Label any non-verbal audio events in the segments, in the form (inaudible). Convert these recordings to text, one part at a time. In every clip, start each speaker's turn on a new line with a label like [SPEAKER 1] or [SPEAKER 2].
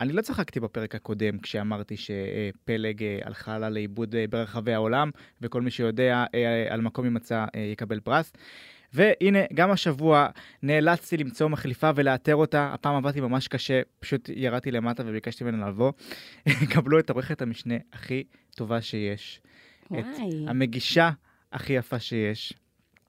[SPEAKER 1] אני לא צחקתי בפרק הקודם כשאמרתי שפלג אה, הלכה לה לאיבוד אה, ברחבי העולם, וכל מי שיודע אה, על מקום יימצא יקבל פרס. והנה, גם השבוע נאלצתי למצוא מחליפה ולאתר אותה. הפעם עבדתי ממש קשה, פשוט ירדתי למטה וביקשתי ממנה לבוא. (laughs) קבלו את עורכת המשנה הכי טובה שיש.
[SPEAKER 2] וואי.
[SPEAKER 1] את המגישה הכי יפה שיש.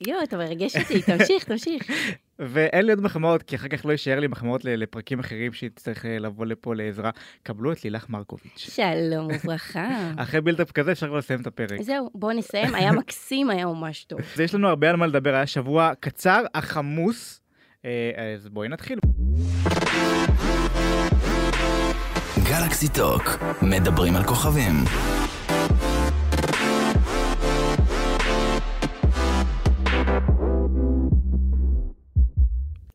[SPEAKER 2] יואו, אתה מרגש אותי, תמשיך, תמשיך. (laughs)
[SPEAKER 1] ואין לי עוד מחמאות, כי אחר כך לא יישאר לי מחמאות ל- לפרקים אחרים שתצטרך אה, לבוא לפה לעזרה. קבלו את לילך מרקוביץ'.
[SPEAKER 2] שלום וברכה.
[SPEAKER 1] אחרי בילדאפ כזה אפשר כבר לסיים את הפרק.
[SPEAKER 2] זהו, בואו נסיים, היה מקסים, היה ממש טוב.
[SPEAKER 1] אז יש לנו הרבה על מה לדבר, היה שבוע קצר אך עמוס. אה, אז בואי נתחיל.
[SPEAKER 3] גלקסי טוק, מדברים על כוכבים.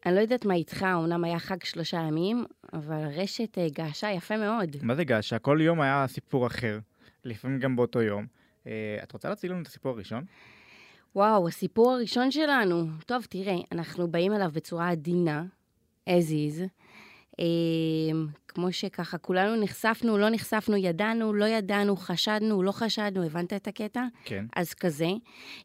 [SPEAKER 2] אני לא יודעת מה איתך, אמנם היה חג שלושה ימים, אבל רשת אה, געשה יפה מאוד.
[SPEAKER 1] מה זה געשה? כל יום היה סיפור אחר, לפעמים גם באותו יום. אה, את רוצה להציג לנו את הסיפור הראשון?
[SPEAKER 2] וואו, הסיפור הראשון שלנו. טוב, תראה, אנחנו באים אליו בצורה עדינה, as is. אה, כמו שככה, כולנו נחשפנו, לא נחשפנו, ידענו, לא ידענו, חשדנו, לא חשדנו, הבנת את הקטע?
[SPEAKER 1] כן.
[SPEAKER 2] אז כזה,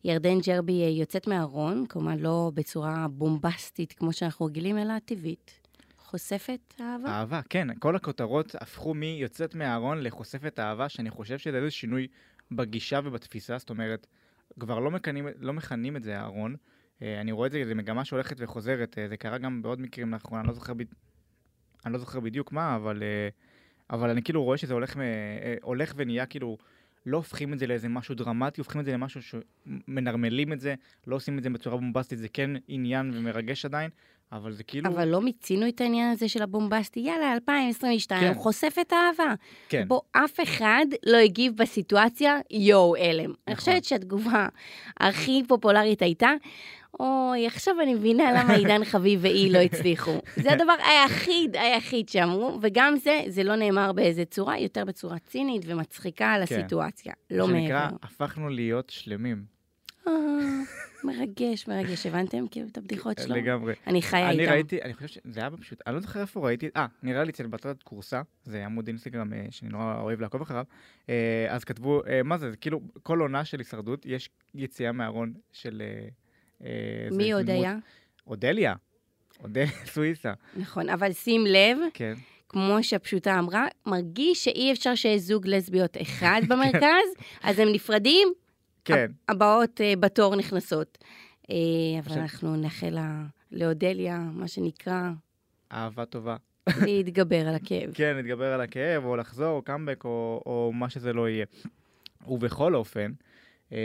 [SPEAKER 2] ירדן ג'רבי אה, יוצאת מהארון, כמובן לא בצורה בומבסטית כמו שאנחנו רגילים, אלא טבעית. חושפת אהבה?
[SPEAKER 1] אהבה, כן, כל הכותרות הפכו מיוצאת מהארון לחושפת אהבה, שאני חושב שזה איזה שינוי בגישה ובתפיסה, זאת אומרת, כבר לא מכנים, לא מכנים את זה הארון. אה, אני רואה את זה, זו מגמה שהולכת וחוזרת, אה, זה קרה גם בעוד מקרים לאחרונה, אני לא זוכר, ב... אני לא זוכר בדיוק מה, אבל, אה, אבל אני כאילו רואה שזה הולך, מ... אה, הולך ונהיה כאילו, לא הופכים את זה לאיזה משהו דרמטי, הופכים את זה למשהו שמנרמלים את זה, לא עושים את זה בצורה בומבסטית, זה כן עניין ומרגש עדיין, אבל זה כאילו...
[SPEAKER 2] אבל לא מיצינו את העניין הזה של הבומבסטי, יאללה, 2022,
[SPEAKER 1] כן.
[SPEAKER 2] חושפת אהבה.
[SPEAKER 1] כן.
[SPEAKER 2] בו אף אחד לא הגיב בסיטואציה, יואו, הלם.
[SPEAKER 1] נכון.
[SPEAKER 2] אני חושבת שהתגובה הכי פופולרית הייתה, אוי, עכשיו אני מבינה
[SPEAKER 1] (laughs)
[SPEAKER 2] למה עידן חביב והיא לא הצליחו. זה הדבר היחיד, היחיד שאמרו, וגם זה, זה לא נאמר באיזה צורה, יותר בצורה צינית ומצחיקה על
[SPEAKER 1] כן.
[SPEAKER 2] הסיטואציה. לא
[SPEAKER 1] מה
[SPEAKER 2] מעבר.
[SPEAKER 1] שנקרא, הפכנו להיות שלמים.
[SPEAKER 2] אה, מרגש, מרגש. הבנתם? כאילו, את הבדיחות שלו.
[SPEAKER 1] לגמרי.
[SPEAKER 2] אני חיה
[SPEAKER 1] אני
[SPEAKER 2] איתם.
[SPEAKER 1] ראיתי, אני חושב שזה היה פשוט, אני לא זוכר איפה ראיתי, אה, נראה לי אצל בטלת כורסה, זה עמוד אינסטגרם אה, שאני נורא אוהב לעקוב אחריו, אה, אז כתבו, אה, מה זה, זה כאילו, כל עונה של הישרדות, יש יציאה מהארון של... אה, אה, איזה
[SPEAKER 2] מי עוד
[SPEAKER 1] דמות.
[SPEAKER 2] היה?
[SPEAKER 1] אודליה. אודליה (laughs) סוויסה,
[SPEAKER 2] נכון, אבל שים לב,
[SPEAKER 1] כן.
[SPEAKER 2] כמו שהפשוטה אמרה, מרגיש שאי אפשר שיש זוג לסביות
[SPEAKER 1] (laughs)
[SPEAKER 2] אחד במרכז, אז הם נפרדים,
[SPEAKER 1] כן,
[SPEAKER 2] הבאות אה, בתור נכנסות. אה, אבל
[SPEAKER 1] עכשיו-
[SPEAKER 2] אנחנו נאחל לה- לאודליה, מה
[SPEAKER 1] (laughs)
[SPEAKER 2] שנקרא,
[SPEAKER 1] אהבה טובה.
[SPEAKER 2] להתגבר על הכאב.
[SPEAKER 1] כן, להתגבר על הכאב, או לחזור, או קאמבק, או, או מה שזה לא יהיה. ובכל אופן, אה,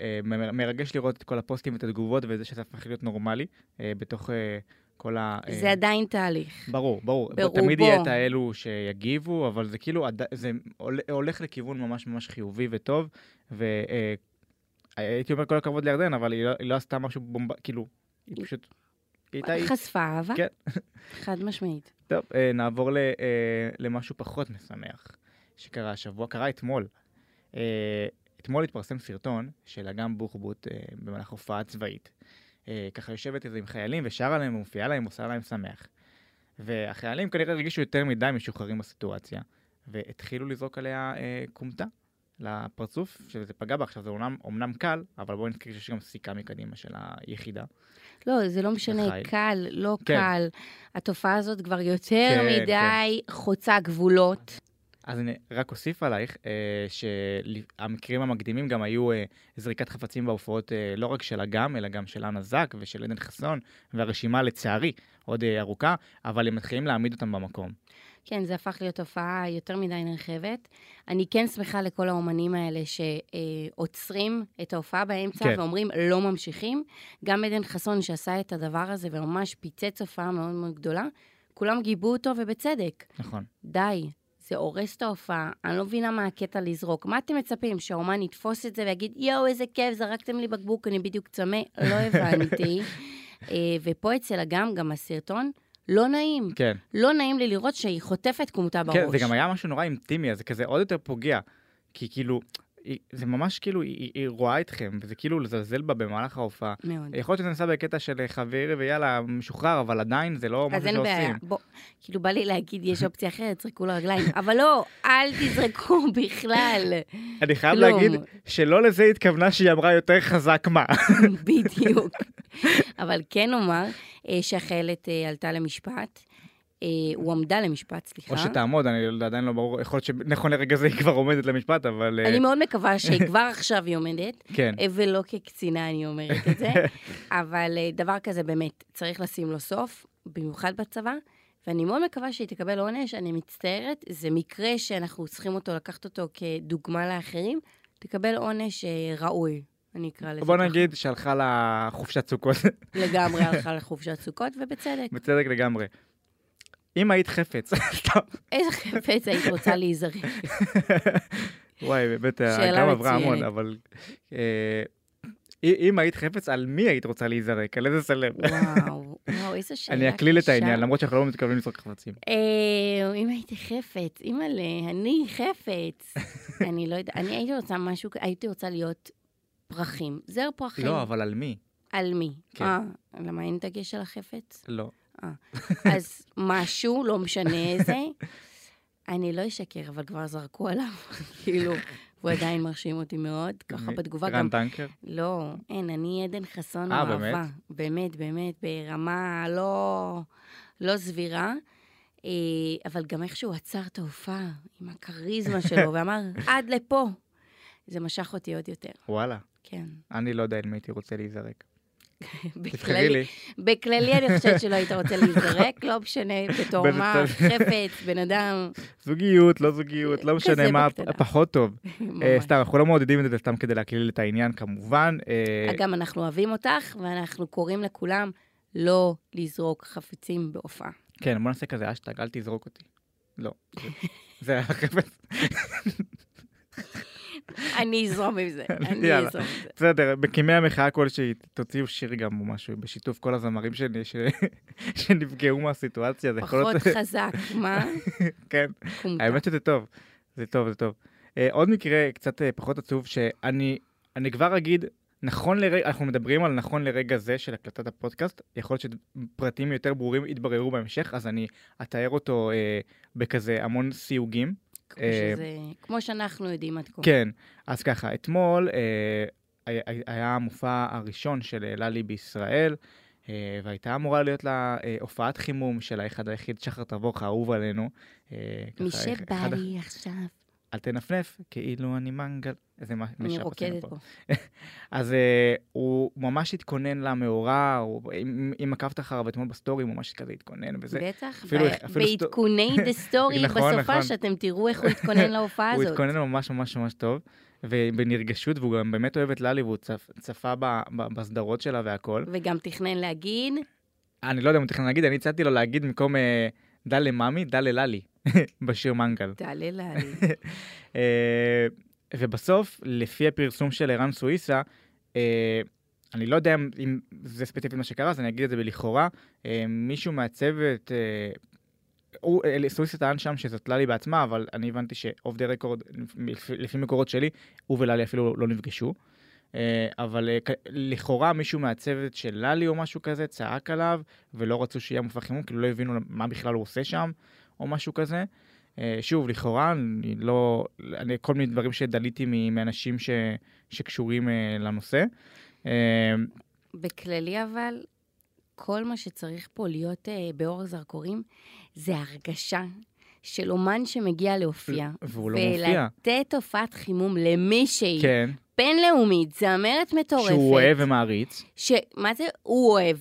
[SPEAKER 1] אה, מ- מרגש לראות את כל הפוסטים ואת התגובות, וזה שזה הפך להיות נורמלי, אה, בתוך אה, כל ה... אה,
[SPEAKER 2] זה עדיין תהליך.
[SPEAKER 1] ברור, ברור.
[SPEAKER 2] ברובו.
[SPEAKER 1] ברובו. תמיד יהיה את האלו שיגיבו, אבל זה כאילו, עד- זה הול- הולך לכיוון ממש ממש חיובי וטוב, והייתי אומר כל הכבוד לירדן, אבל היא לא, היא לא עשתה משהו בומבה, כאילו, היא פשוט... היא הייתה... היא.
[SPEAKER 2] חשפה אהבה,
[SPEAKER 1] כן.
[SPEAKER 2] חד משמעית.
[SPEAKER 1] טוב, אה, נעבור ל, אה, למשהו פחות משמח שקרה השבוע, קרה אתמול. אה, אתמול התפרסם סרטון של אגם בוחבוט אה, במהלך הופעה צבאית. אה, ככה יושבת איזה עם חיילים ושרה להם ומופיעה להם ועושה להם שמח. והחיילים כנראה הרגישו יותר מדי משוחררים בסיטואציה, והתחילו לזרוק עליה אה, כומתה לפרצוף, שזה פגע בה עכשיו, זה אומנם, אומנם קל, אבל בואו נזכיר שיש גם סיכה מקדימה של היחידה.
[SPEAKER 2] לא, זה לא משנה,
[SPEAKER 1] בחיל.
[SPEAKER 2] קל, לא
[SPEAKER 1] כן.
[SPEAKER 2] קל. התופעה הזאת כבר יותר
[SPEAKER 1] כן,
[SPEAKER 2] מדי חוצה גבולות.
[SPEAKER 1] אז אני רק אוסיף עלייך אה, שהמקרים המקדימים גם היו אה, זריקת חפצים בהופעות אה, לא רק של אגם, אלא גם של אנה זק ושל עדן חסון, והרשימה לצערי עוד אה, ארוכה, אבל הם מתחילים להעמיד אותם במקום.
[SPEAKER 2] כן, זה הפך להיות תופעה יותר מדי נרחבת. אני כן שמחה לכל האומנים האלה שעוצרים את ההופעה באמצע כן.
[SPEAKER 1] כן.
[SPEAKER 2] ואומרים לא ממשיכים. גם עדן חסון שעשה את הדבר הזה וממש פיצץ הופעה מאוד מאוד גדולה, כולם גיבו אותו ובצדק.
[SPEAKER 1] נכון.
[SPEAKER 2] די, זה הורס את ההופעה, אני לא מבינה מה הקטע לזרוק. מה אתם מצפים, שהאומן יתפוס את זה ויגיד, יואו, איזה כיף, זרקתם לי בקבוק, אני בדיוק צמא? לא הבנתי. אה, ופה אצל אגם, גם הסרטון, לא נעים.
[SPEAKER 1] כן.
[SPEAKER 2] לא נעים לי לראות שהיא חוטפת כומתה בראש.
[SPEAKER 1] כן, זה גם היה משהו נורא אינטימי, אז זה כזה עוד יותר פוגע. כי כאילו, היא- זה ממש כאילו, היא- היא היא רואה אתכם, וזה כאילו לזלזל בה במהלך ההופעה.
[SPEAKER 2] מאוד.
[SPEAKER 1] יכול להיות שזה נעשה בקטע של אה, חבר ויאללה, משוחרר, אבל עדיין זה לא
[SPEAKER 2] אז
[SPEAKER 1] משהו
[SPEAKER 2] אין בעיה,
[SPEAKER 1] שעושים.
[SPEAKER 2] בוא, כאילו בא לי להגיד, יש אופציה אחרת, זרקו לרגליים, אבל לא, אל תזרקו (laughs) בכלל.
[SPEAKER 1] אני חייב
[SPEAKER 2] כלום.
[SPEAKER 1] להגיד שלא לזה היא התכוונה שהיא אמרה יותר חזק מה.
[SPEAKER 2] (laughs) בדיוק. אבל כן אומר אה, שהחיילת אה, עלתה למשפט, אה, הועמדה למשפט, סליחה.
[SPEAKER 1] או שתעמוד, אני לא- עדיין לא ברור, יכול להיות שנכון לרגע זה היא כבר עומדת למשפט, אבל אה,
[SPEAKER 2] אני מאוד מקווה שכבר עכשיו היא עומדת,
[SPEAKER 1] כן.
[SPEAKER 2] אה, ולא כקצינה אני אומרת
[SPEAKER 1] (laughs)
[SPEAKER 2] את זה, אבל אה, דבר כזה באמת, צריך לשים לו סוף, במיוחד בצבא, ואני מאוד מקווה שהיא תקבל עונש, אני מצטערת, זה מקרה שאנחנו צריכים אותו, לקחת אותו כדוגמה לאחרים, תקבל עונש אה, ראוי, אני אקרא לזה
[SPEAKER 1] בוא
[SPEAKER 2] ככה.
[SPEAKER 1] נגיד שהלכה לה חופשת סוכות,
[SPEAKER 2] (laughs)
[SPEAKER 1] (laughs)
[SPEAKER 2] לגמרי הלכה לחופשת סוכות, ובצדק.
[SPEAKER 1] בצדק לגמרי. אם היית חפץ, (laughs) סתם.
[SPEAKER 2] איזה חפץ היית רוצה להיזרק?
[SPEAKER 1] (laughs) וואי, באמת, אה,
[SPEAKER 2] שאלה
[SPEAKER 1] גם עברה
[SPEAKER 2] מצוינת.
[SPEAKER 1] המון, אבל... אה, אם היית חפץ, על מי היית רוצה להיזרק? על איזה סלב?
[SPEAKER 2] וואו, וואו, איזו שאלה
[SPEAKER 1] אני אקליל את
[SPEAKER 2] קשה.
[SPEAKER 1] העניין, למרות שאנחנו לא מתכוונים לזרוק חפצים.
[SPEAKER 2] אה, אם הייתי חפץ, אימא'לה, אני חפץ.
[SPEAKER 1] (laughs)
[SPEAKER 2] אני לא יודעת, אני הייתי רוצה משהו, כ- הייתי רוצה להיות פרחים. זר פרחים.
[SPEAKER 1] לא, אבל על מי?
[SPEAKER 2] על מי?
[SPEAKER 1] כן.
[SPEAKER 2] אה, למה אין דגש על החפץ?
[SPEAKER 1] לא.
[SPEAKER 2] אז משהו, לא משנה איזה. אני לא אשקר, אבל כבר זרקו עליו, (laughs) כאילו, הוא עדיין מרשים אותי מאוד, ככה
[SPEAKER 1] מי?
[SPEAKER 2] בתגובה גם
[SPEAKER 1] רן טנקר?
[SPEAKER 2] לא, אין, אני עדן חסון
[SPEAKER 1] אה,
[SPEAKER 2] אוהבה.
[SPEAKER 1] באמת?
[SPEAKER 2] באמת, באמת, ברמה לא, לא סבירה. אה, אבל גם איך שהוא עצר את ההופעה עם הכריזמה
[SPEAKER 1] (laughs)
[SPEAKER 2] שלו, ואמר, עד לפה. זה משך אותי עוד יותר,
[SPEAKER 1] וואלה.
[SPEAKER 2] כן.
[SPEAKER 1] אני לא יודע אם הייתי רוצה להיזרק. תבחרי
[SPEAKER 2] בכללי,
[SPEAKER 1] לי.
[SPEAKER 2] בכללי אני חושבת שלא היית
[SPEAKER 1] (laughs)
[SPEAKER 2] רוצה להיזרק, לא משנה, בתור
[SPEAKER 1] בן
[SPEAKER 2] מה,
[SPEAKER 1] אדם.
[SPEAKER 2] חפץ, בן אדם,
[SPEAKER 1] זוגיות, לא זוגיות, לא
[SPEAKER 2] כזה
[SPEAKER 1] משנה מה
[SPEAKER 2] בקטנה.
[SPEAKER 1] פחות טוב. אה,
[SPEAKER 2] ממש.
[SPEAKER 1] סתם, אנחנו לא מעודדים את זה סתם כדי להקליל את העניין כמובן. אה,
[SPEAKER 2] גם אנחנו אוהבים אותך, ואנחנו קוראים לכולם לא לזרוק חפצים בהופעה.
[SPEAKER 1] כן, בוא נעשה כזה אשטג, אל תזרוק אותי. לא. (laughs) זה- זה החפץ.
[SPEAKER 2] אני אזרום עם
[SPEAKER 1] (laughs)
[SPEAKER 2] זה, אני
[SPEAKER 1] יאללה.
[SPEAKER 2] אזרום עם זה.
[SPEAKER 1] בסדר, מקימי המחאה כלשהי, תוציאו שיר גם או משהו, בשיתוף כל הזמרים שלי, ש- (laughs) שנפגעו מהסיטואציה, זה יכול
[SPEAKER 2] פחות
[SPEAKER 1] להיות...
[SPEAKER 2] חזק, מה?
[SPEAKER 1] (laughs) כן.
[SPEAKER 2] קומטה.
[SPEAKER 1] האמת שזה טוב, זה טוב, זה טוב. אה, עוד מקרה קצת אה, פחות עצוב, שאני אני כבר אגיד, נכון לרגע, אנחנו מדברים על נכון לרגע זה של הקלטת הפודקאסט, יכול להיות שפרטים יותר ברורים יתבררו בהמשך, אז אני אתאר אותו אה, בכזה המון סיוגים.
[SPEAKER 2] כמו
[SPEAKER 1] אה,
[SPEAKER 2] שזה- כמו שאנחנו יודעים עד כה.
[SPEAKER 1] כן, אז ככה, אתמול אה, היה- היה המופע הראשון של אה, ללי בישראל, אה, והייתה אמורה להיות לה אה, הופעת חימום של האחד היחיד, שחר תבוך, האהוב עלינו. אה, ככה,
[SPEAKER 2] מי
[SPEAKER 1] אחד
[SPEAKER 2] שבא לי עכשיו,
[SPEAKER 1] אל תנפנף, כאילו אני מנגל. איזה מה,
[SPEAKER 2] אני
[SPEAKER 1] משאפ
[SPEAKER 2] רוקדת
[SPEAKER 1] עשינו
[SPEAKER 2] פה.
[SPEAKER 1] אז אה, הוא ממש התכונן למאורע, הוא- אם- אם עקבת אחריו אתמול בסטורי, הוא ממש כזה התכונן וזה.
[SPEAKER 2] בטח,
[SPEAKER 1] אפילו-
[SPEAKER 2] ב-
[SPEAKER 1] אפילו סטו- (laughs)
[SPEAKER 2] בעדכוני דה סטורי
[SPEAKER 1] נכון,
[SPEAKER 2] בסופה,
[SPEAKER 1] נכון.
[SPEAKER 2] שאתם תראו איך הוא התכונן להופעה
[SPEAKER 1] (laughs) הוא
[SPEAKER 2] הזאת.
[SPEAKER 1] התכונן ממש ממש ממש טוב, ובנרגשות, והוא גם באמת אוהב את ללי, והוא צפ, צפה ב, ב, בסדרות שלה והכל.
[SPEAKER 2] וגם תכנן להגיד,
[SPEAKER 1] אני לא יודע אם הוא תכנן להגיד, אני הצעתי לו להגיד במקום אה, דל למאמי, דל לללי, (laughs) בשיר מנגל. (laughs)
[SPEAKER 2] תעלה לעלי.
[SPEAKER 1] אה, ובסוף, לפי הפרסום של ערן סוויסה, אה, אני לא יודע אם- אם זה ספציפית מה שקרה, אז אני אגיד את זה בלכאורה. אה, מישהו מהצוות, אה, הוא- אה, סוויסה טען שם שזאת ללי בעצמה, אבל אני הבנתי שאוף דה רקורד, לפי מקורות שלי, הוא וללי אפילו לא נפגשו. אה, אבל אה, כ- לכאורה מישהו מהצוות של ללי או משהו כזה צעק עליו, ולא רצו שיהיה מופע חימום, כאילו לא הבינו מה בכלל הוא עושה שם, או משהו כזה. אה, שוב, לכאורה, אני לא... אני, כל מיני דברים שדליתי מ- מאנשים ש, שקשורים אה, לנושא. אה,
[SPEAKER 2] בכללי אבל, כל מה שצריך פה להיות אה, באור הזרקורים, זה הרגשה של אומן שמגיע להופיע.
[SPEAKER 1] והוא לא מופיע.
[SPEAKER 2] ולתת הופעת חימום למישהי,
[SPEAKER 1] כן,
[SPEAKER 2] בינלאומית, זמרת מטורפת.
[SPEAKER 1] שהוא אוהב ומעריץ.
[SPEAKER 2] ש... מה זה הוא אוהב?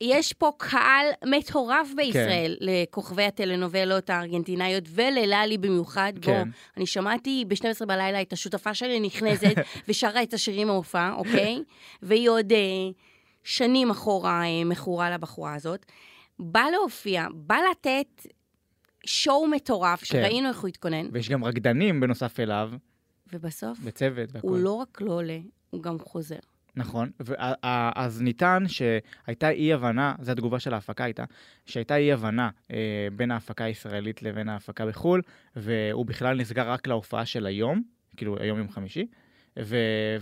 [SPEAKER 2] יש פה קהל מטורף בישראל כן. לכוכבי הטלנובלות הארגנטינאיות ולללי במיוחד.
[SPEAKER 1] כן.
[SPEAKER 2] בוא, אני שמעתי ב-12 בלילה את השותפה שלי
[SPEAKER 1] (laughs)
[SPEAKER 2] נכנסת ושרה את השירים מההופעה, אוקיי? והיא עוד אה, שנים אחורה אה, מכורה לבחורה הזאת. בא להופיע, בא לתת שואו
[SPEAKER 1] כן.
[SPEAKER 2] מטורף, שראינו איך הוא התכונן,
[SPEAKER 1] ויש גם רקדנים בנוסף אליו,
[SPEAKER 2] ובסוף
[SPEAKER 1] בצוות
[SPEAKER 2] הוא
[SPEAKER 1] והכול.
[SPEAKER 2] לא רק לא עולה, הוא גם חוזר.
[SPEAKER 1] נכון, וה- ה- אז נטען שהייתה אי-הבנה, זו התגובה של ההפקה הייתה, שהייתה אי-הבנה אה, בין ההפקה הישראלית לבין ההפקה בחו"ל, והוא בכלל נסגר רק להופעה של היום, כאילו היום יום חמישי, ו-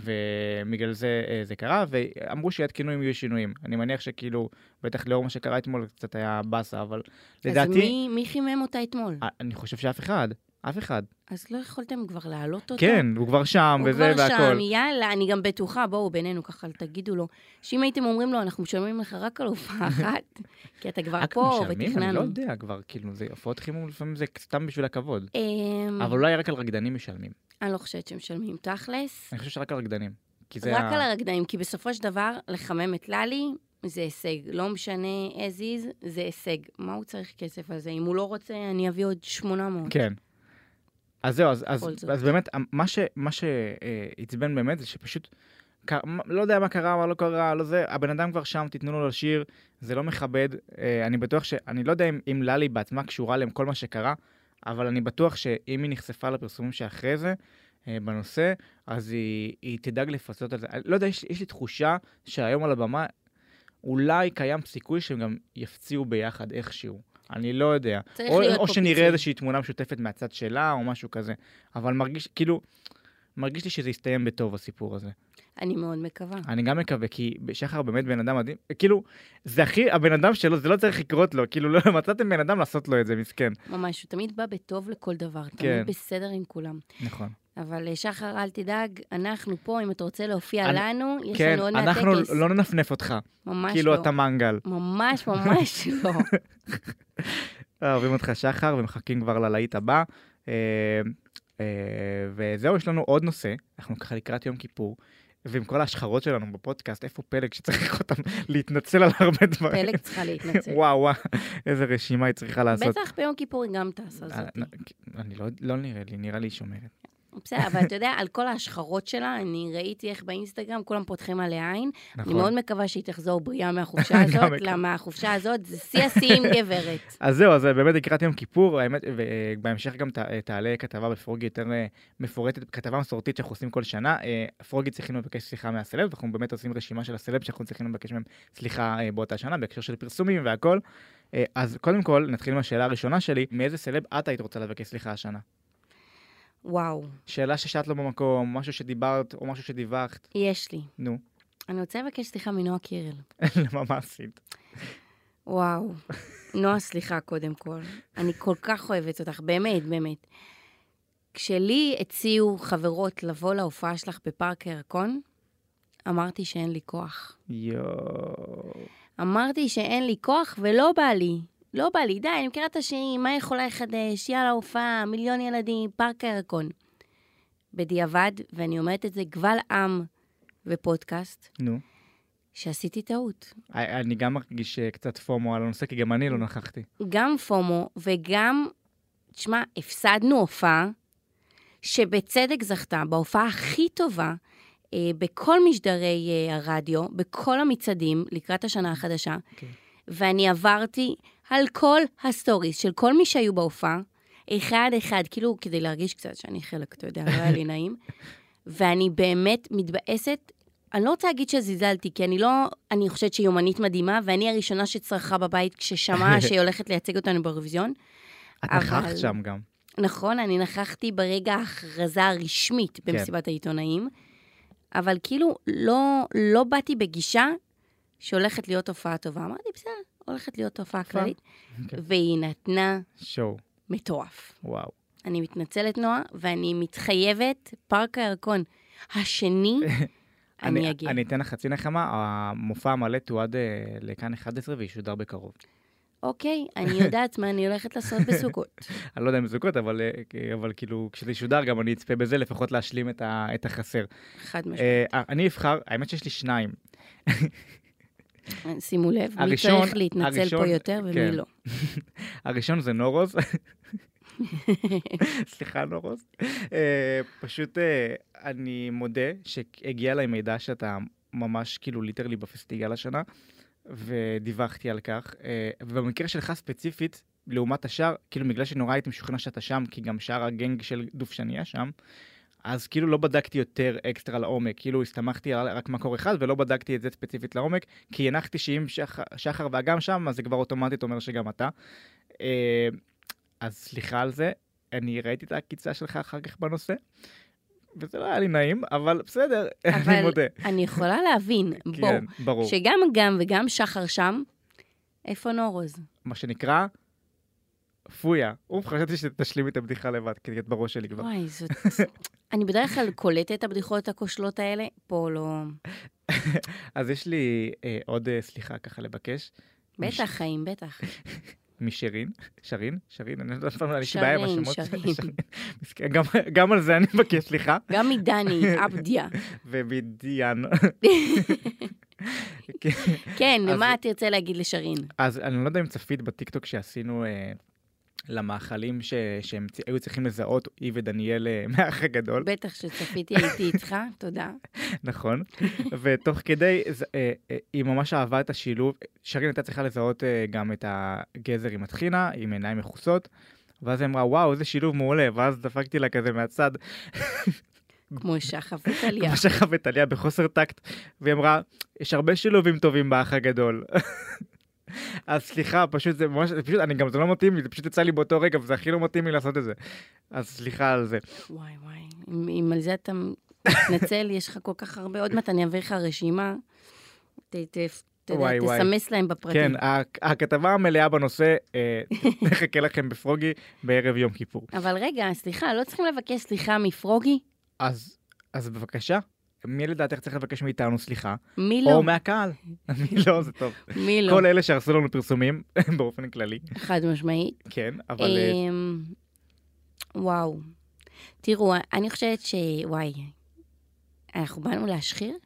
[SPEAKER 1] ובגלל זה אה, זה קרה, ואמרו שיעדכנו אם יהיו שינויים. אני מניח שכאילו, בטח לאור מה שקרה אתמול קצת היה באסה, אבל
[SPEAKER 2] אז
[SPEAKER 1] לדעתי,
[SPEAKER 2] מי, מי חימם אותה אתמול?
[SPEAKER 1] אה, אני חושב שאף אחד, אף אחד.
[SPEAKER 2] אז לא יכולתם כבר להעלות אותה?
[SPEAKER 1] כן, הוא כבר שם,
[SPEAKER 2] הוא
[SPEAKER 1] וזה והכל.
[SPEAKER 2] כבר שם, יאללה, אני גם בטוחה, בואו בינינו ככה, תגידו לו, שאם הייתם אומרים לו, אנחנו משלמים לך רק על
[SPEAKER 1] (laughs)
[SPEAKER 2] הופעה אחת, כי אתה כבר
[SPEAKER 1] רק
[SPEAKER 2] אה, פה
[SPEAKER 1] משלמים? אני לא
[SPEAKER 2] ותכננו.
[SPEAKER 1] יודע כבר, כאילו, זה הופעות חימום לפעמים זה סתם בשביל הכבוד.
[SPEAKER 2] אמ,
[SPEAKER 1] אבל לא- אולי רק על רקדנים משלמים.
[SPEAKER 2] אני לא חושבת שמשלמים תכלס.
[SPEAKER 1] אני חושב שרק על רקדנים. כי זה
[SPEAKER 2] רק
[SPEAKER 1] ה-
[SPEAKER 2] על הרקדנים, כי בסופו של דבר, לחמם את ללי זה הישג. לא משנה as is, זה הישג. מה הוא צריך כסף על זה? אם הוא לא רוצה, אני אביא עוד 800.
[SPEAKER 1] כן. אז זהו, אז, אז,
[SPEAKER 2] בכל זאת.
[SPEAKER 1] אז באמת, מה ש- מה שעצבן באמת זה שפשוט, ק- מ- לא יודע מה קרה, מה לא קרה, לא זה, הבן אדם כבר שם, תיתנו לו לשיר, זה לא מכבד. אה, אני בטוח ש... אני לא יודע אם, אם ללי בעצמה קשורה לכל מה שקרה, אבל אני בטוח שאם היא נחשפה לפרסומים שאחרי זה, אה, בנושא, אז היא, היא תדאג לפצות על זה. אני לא יודע, יש, יש לי תחושה שהיום על הבמה אולי קיים סיכוי שהם גם יפציעו ביחד איכשהו. אני לא יודע.
[SPEAKER 2] צריך
[SPEAKER 1] או,
[SPEAKER 2] להיות
[SPEAKER 1] או
[SPEAKER 2] פה
[SPEAKER 1] שנראה
[SPEAKER 2] פיצוי.
[SPEAKER 1] איזושהי תמונה משותפת מהצד שלה או משהו כזה. אבל מרגיש, כאילו, מרגיש לי שזה יסתיים בטוב הסיפור הזה.
[SPEAKER 2] אני מאוד מקווה.
[SPEAKER 1] אני גם מקווה, כי שחר באמת בן אדם מדהים, כאילו, זה הכי, הבן אדם שלו, זה לא צריך לקרות לו, כאילו, לא (laughs) מצאתם בן אדם לעשות לו את זה, מסכן.
[SPEAKER 2] ממש, הוא תמיד בא בטוב לכל דבר.
[SPEAKER 1] כן.
[SPEAKER 2] תמיד בסדר עם כולם.
[SPEAKER 1] נכון.
[SPEAKER 2] אבל אה, שחר, אל תדאג, אנחנו פה, אם אתה רוצה להופיע
[SPEAKER 1] אני-
[SPEAKER 2] לנו, יש
[SPEAKER 1] כן,
[SPEAKER 2] לנו עוד מעט טקס.
[SPEAKER 1] אנחנו לא ננפנף אותך,
[SPEAKER 2] ממש
[SPEAKER 1] כאילו
[SPEAKER 2] לא.
[SPEAKER 1] אתה מנגל.
[SPEAKER 2] ממש ממש (laughs) לא.
[SPEAKER 1] אה, אוהבים אותך שחר ומחכים כבר ללהיט הבא. אה, אה, וזהו, יש לנו עוד נושא, אנחנו ככה לקראת יום כיפור, ועם כל ההשחרות שלנו בפודקאסט, איפה פלג שצריך (laughs) אותם להתנצל על הרבה דברים?
[SPEAKER 2] פלג צריכה להתנצל.
[SPEAKER 1] (laughs) וואו, וואו, איזה רשימה היא צריכה לעשות.
[SPEAKER 2] בטח ביום כיפור היא גם טסה אוקיי.
[SPEAKER 1] אה,
[SPEAKER 2] זאת.
[SPEAKER 1] נ- אני לא, לא נראה לי, נראה לי היא שומרת.
[SPEAKER 2] בסדר, אבל אתה יודע, על כל ההשחרות שלה, אני ראיתי איך באינסטגרם כולם פותחים עליה עין. אני
[SPEAKER 1] נכון.
[SPEAKER 2] מאוד מקווה שהיא תחזור
[SPEAKER 1] (laughs)
[SPEAKER 2] בריאה מהחופשה
[SPEAKER 1] אני גם
[SPEAKER 2] הזאת,
[SPEAKER 1] מקווה.
[SPEAKER 2] למה החופשה הזאת זה שיא השיאים גברת.
[SPEAKER 1] אז זהו, אז אה, באמת לקראת יום כיפור, האמת, ובהמשך גם ת- אה, תעלה כתבה בפרוגי יותר אה, מפורטת, כתבה מסורתית שאנחנו עושים כל שנה. אה, פרוגי צריכים לבקש סליחה מהסלב, ואנחנו באמת עושים רשימה של הסלב שאנחנו צריכים לבקש מהם סליחה אה, באותה שנה, בהקשר של פרסומים והכל. אה, אז קודם כל, נתחיל מהשאלה הראשונה שלי, מאיזה סלב את היית רוצה לבקש סליחה השנה?
[SPEAKER 2] וואו,
[SPEAKER 1] שאלה ששאת לא במקום, משהו שדיברת, או משהו שדיווחת,
[SPEAKER 2] יש לי.
[SPEAKER 1] נו, (laughs)
[SPEAKER 2] אני רוצה לבקש סליחה מנועה קירל.
[SPEAKER 1] למה מה עשית?
[SPEAKER 2] וואו. (laughs) נועה, סליחה קודם כל. אני כל כך אוהבת אותך, באמת, באמת. כשלי הציעו חברות לבוא להופעה שלך בפארק הירקון, אמרתי שאין לי כוח.
[SPEAKER 1] יואו.
[SPEAKER 2] אמרתי שאין לי כוח ולא בא לי. לא בא לי, די, אני מכירה את השירים, מה יכולה לחדש? יאללה, הופעה, מיליון ילדים, פארק הירקון. בדיעבד, ואני אומרת את זה קבל עם ופודקאסט,
[SPEAKER 1] נו.
[SPEAKER 2] שעשיתי טעות.
[SPEAKER 1] אה, אני גם מרגיש אה, קצת פומו על הנושא, כי גם אני לא נכחתי.
[SPEAKER 2] גם פומו וגם, תשמע, הפסדנו הופעה שבצדק זכתה בהופעה הכי טובה אה, בכל משדרי אה, הרדיו, בכל המצעדים לקראת השנה החדשה,
[SPEAKER 1] כן.
[SPEAKER 2] ואני עברתי על כל הסטוריס של כל מי שהיו בהופעה, אחד-אחד, כאילו כדי להרגיש קצת שאני חלק, אתה יודע, לא היה לי נעים, ואני באמת מתבאסת. אני לא רוצה להגיד שזלזלתי, כי אני לא, אני חושבת שהיא אומנית מדהימה, ואני הראשונה שצרחה בבית כששמעה שהיא הולכת לייצג אותנו באירוויזיון.
[SPEAKER 1] את
[SPEAKER 2] אבל-
[SPEAKER 1] נכחת שם גם.
[SPEAKER 2] נכון, אני נכחתי ברגע ההכרזה הרשמית
[SPEAKER 1] כן.
[SPEAKER 2] במסיבת העיתונאים, אבל כאילו לא, לא באתי בגישה שהולכת להיות הופעה טובה. אמרתי, בסדר, הולכת להיות הופעה
[SPEAKER 1] הופעה."
[SPEAKER 2] כללית,
[SPEAKER 1] כן.
[SPEAKER 2] והיא נתנה
[SPEAKER 1] שואו,
[SPEAKER 2] מטורף.
[SPEAKER 1] וואו.
[SPEAKER 2] אני מתנצלת, נועה, ואני מתחייבת, פארק הירקון השני,
[SPEAKER 1] (laughs)
[SPEAKER 2] אני אגיע.
[SPEAKER 1] אני אתן לך חצי נחמה, המופע המלא תועד אה, לכאן 11 וישודר בקרוב.
[SPEAKER 2] אוקיי, אני יודעת מה אני הולכת לעשות
[SPEAKER 1] (laughs)
[SPEAKER 2] בסוכות.
[SPEAKER 1] אני לא יודע אם זה זוכרת, אבל, אה, אה, אבל כאילו, כשזה ישודר גם אני אצפה בזה, לפחות להשלים את, ה, את החסר.
[SPEAKER 2] חד משמעית.
[SPEAKER 1] אה, אני אבחר, האמת שיש לי שניים. (laughs)
[SPEAKER 2] שימו לב, מי
[SPEAKER 1] הראשון-
[SPEAKER 2] צריך להתנצל
[SPEAKER 1] הראשון-
[SPEAKER 2] פה יותר
[SPEAKER 1] כן.
[SPEAKER 2] ומי לא.
[SPEAKER 1] הראשון זה
[SPEAKER 2] (laughs)
[SPEAKER 1] נורוז. סליחה, נורוז. אה, פשוט אה, אני מודה שהגיע אליי מידע שאתה ממש כאילו ליטרלי בפסטיגל השנה, ודיווחתי על כך. אה, ובמקרה שלך ספציפית, לעומת השאר, כאילו בגלל שנורא הייתי משוכנע שאתה שם, כי גם שאר הגנג של דובשני היה שם, אז כאילו לא בדקתי יותר אקסטרה לעומק, כאילו הסתמכתי על רק מקור אחד ולא בדקתי את זה ספציפית לעומק, כי הנחתי שאם שחר, שחר ואגם שם, אז זה כבר אוטומטית אומר שגם אתה. אה, אז סליחה על זה, אני ראיתי את העקיצה שלך אחר כך בנושא. וזה לא היה לי נעים, אבל בסדר, (laughs) אני
[SPEAKER 2] אבל
[SPEAKER 1] מודה.
[SPEAKER 2] אני יכולה להבין,
[SPEAKER 1] (laughs)
[SPEAKER 2] בואו,
[SPEAKER 1] כן, ברור.
[SPEAKER 2] שגם גם וגם שחר שם, איפה נורוז?
[SPEAKER 1] מה שנקרא, פויה. אוף, חשבתי שתשלימי את הבדיחה לבד, כי את בראש שלי כבר.
[SPEAKER 2] וואי, זאת... אני בדרך כלל קולטת את הבדיחות הכושלות האלה, פה לא...
[SPEAKER 1] אז יש לי אה, עוד אה, סליחה ככה לבקש,
[SPEAKER 2] בטח, חיים, בטח.
[SPEAKER 1] משרין, שרין, שרין, אני לא אף פעם, יש לי בעיה עם
[SPEAKER 2] שרין,
[SPEAKER 1] השמות. (laughs)
[SPEAKER 2] שרין.
[SPEAKER 1] מסכן, גם, גם על זה אני מבקש סליחה,
[SPEAKER 2] גם
[SPEAKER 1] (laughs)
[SPEAKER 2] מדני, עבדיה. (laughs)
[SPEAKER 1] ובדיאן.
[SPEAKER 2] כן,
[SPEAKER 1] אז-
[SPEAKER 2] מה תרצה להגיד לשרין?
[SPEAKER 1] אז אני לא יודע אם צפית בטיקטוק שעשינו אה, למאכלים ש... שהם צ- היו צריכים לזהות, היא ודניאל אה, מהאח הגדול,
[SPEAKER 2] בטח שצפיתי, הייתי איתך, תודה.
[SPEAKER 1] נכון, (laughs) ותוך כדי ז- אה, אה, היא ממש אהבה את השילוב, שרין הייתה צריכה לזהות אה, גם את הגזר עם הטחינה, עם עיניים מכוסות, ואז היא אמרה, וואו, איזה שילוב מעולה, ואז דפקתי לה כזה מהצד,
[SPEAKER 2] כמו שחפת עליה.
[SPEAKER 1] כמו שחבת עליה בחוסר טקט, והיא אמרה, יש הרבה שילובים טובים באח הגדול. (laughs) אז סליחה, פשוט זה ממש, זה פשוט, אני גם, זה לא מתאים לי, זה פשוט יצא לי באותו רגע, וזה הכי לא מתאים לי לעשות את זה. אז סליחה על זה.
[SPEAKER 2] וואי וואי, אם, אם על זה אתה מתנצל, יש לך כל כך הרבה, עוד מעט אני אעביר לך רשימה. ת, ת, ת,
[SPEAKER 1] וואי,
[SPEAKER 2] וואי,
[SPEAKER 1] וואי.
[SPEAKER 2] תסמס להם בפרטים.
[SPEAKER 1] כן, ה- הכתבה המלאה בנושא, אה, (laughs) נחכה לכם בפרוגי בערב יום כיפור.
[SPEAKER 2] אבל רגע, סליחה, לא צריכים לבקש סליחה מפרוגי?
[SPEAKER 1] אז, אז בבקשה, מי לדעתך צריך לבקש מאיתנו סליחה?
[SPEAKER 2] מי
[SPEAKER 1] או
[SPEAKER 2] לא?
[SPEAKER 1] מהקהל. (laughs) מי לא, זה טוב.
[SPEAKER 2] מי לא?
[SPEAKER 1] כל אלה שהרסו לנו פרסומים, (laughs) באופן כללי,
[SPEAKER 2] חד משמעית.
[SPEAKER 1] כן, אבל אה,
[SPEAKER 2] אמ, וואו. תראו, אני חושבת ש... וואי, אנחנו באנו להשחיר?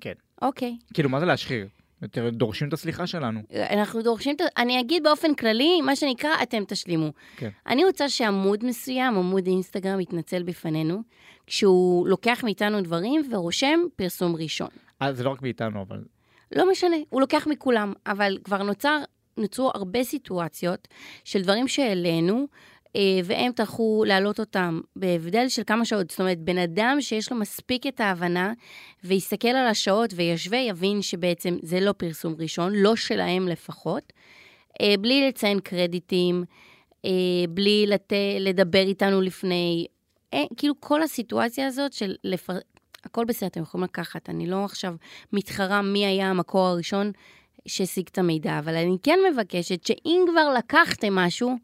[SPEAKER 1] כן.
[SPEAKER 2] אוקיי.
[SPEAKER 1] כאילו, מה זה להשחיר? יותר דורשים את הסליחה שלנו.
[SPEAKER 2] אנחנו דורשים, את ה- אני אגיד באופן כללי, מה שנקרא, אתם תשלימו.
[SPEAKER 1] כן.
[SPEAKER 2] אני רוצה שעמוד מסוים, עמוד אינסטגרם, יתנצל בפנינו, כשהוא לוקח מאיתנו דברים ורושם פרסום ראשון.
[SPEAKER 1] אה, זה לא רק מאיתנו, אבל...
[SPEAKER 2] לא משנה, הוא לוקח מכולם, אבל כבר נוצר, נוצרו הרבה סיטואציות של דברים שהעלינו, אה, והם טרחו להעלות אותם בהבדל של כמה שעות. זאת אומרת, בן אדם שיש לו מספיק את ההבנה, ויסתכל על השעות וישווה, יבין שבעצם זה לא פרסום ראשון, לא שלהם לפחות, אה, בלי לציין קרדיטים, אה, בלי לת... לדבר איתנו לפני, אה, כאילו כל הסיטואציה הזאת של לפר... הכל בסדר, אתם יכולים לקחת, אני לא עכשיו מתחרה מי היה המקור הראשון שהשיג את המידע, אבל אני כן מבקשת שאם כבר לקחתם משהו,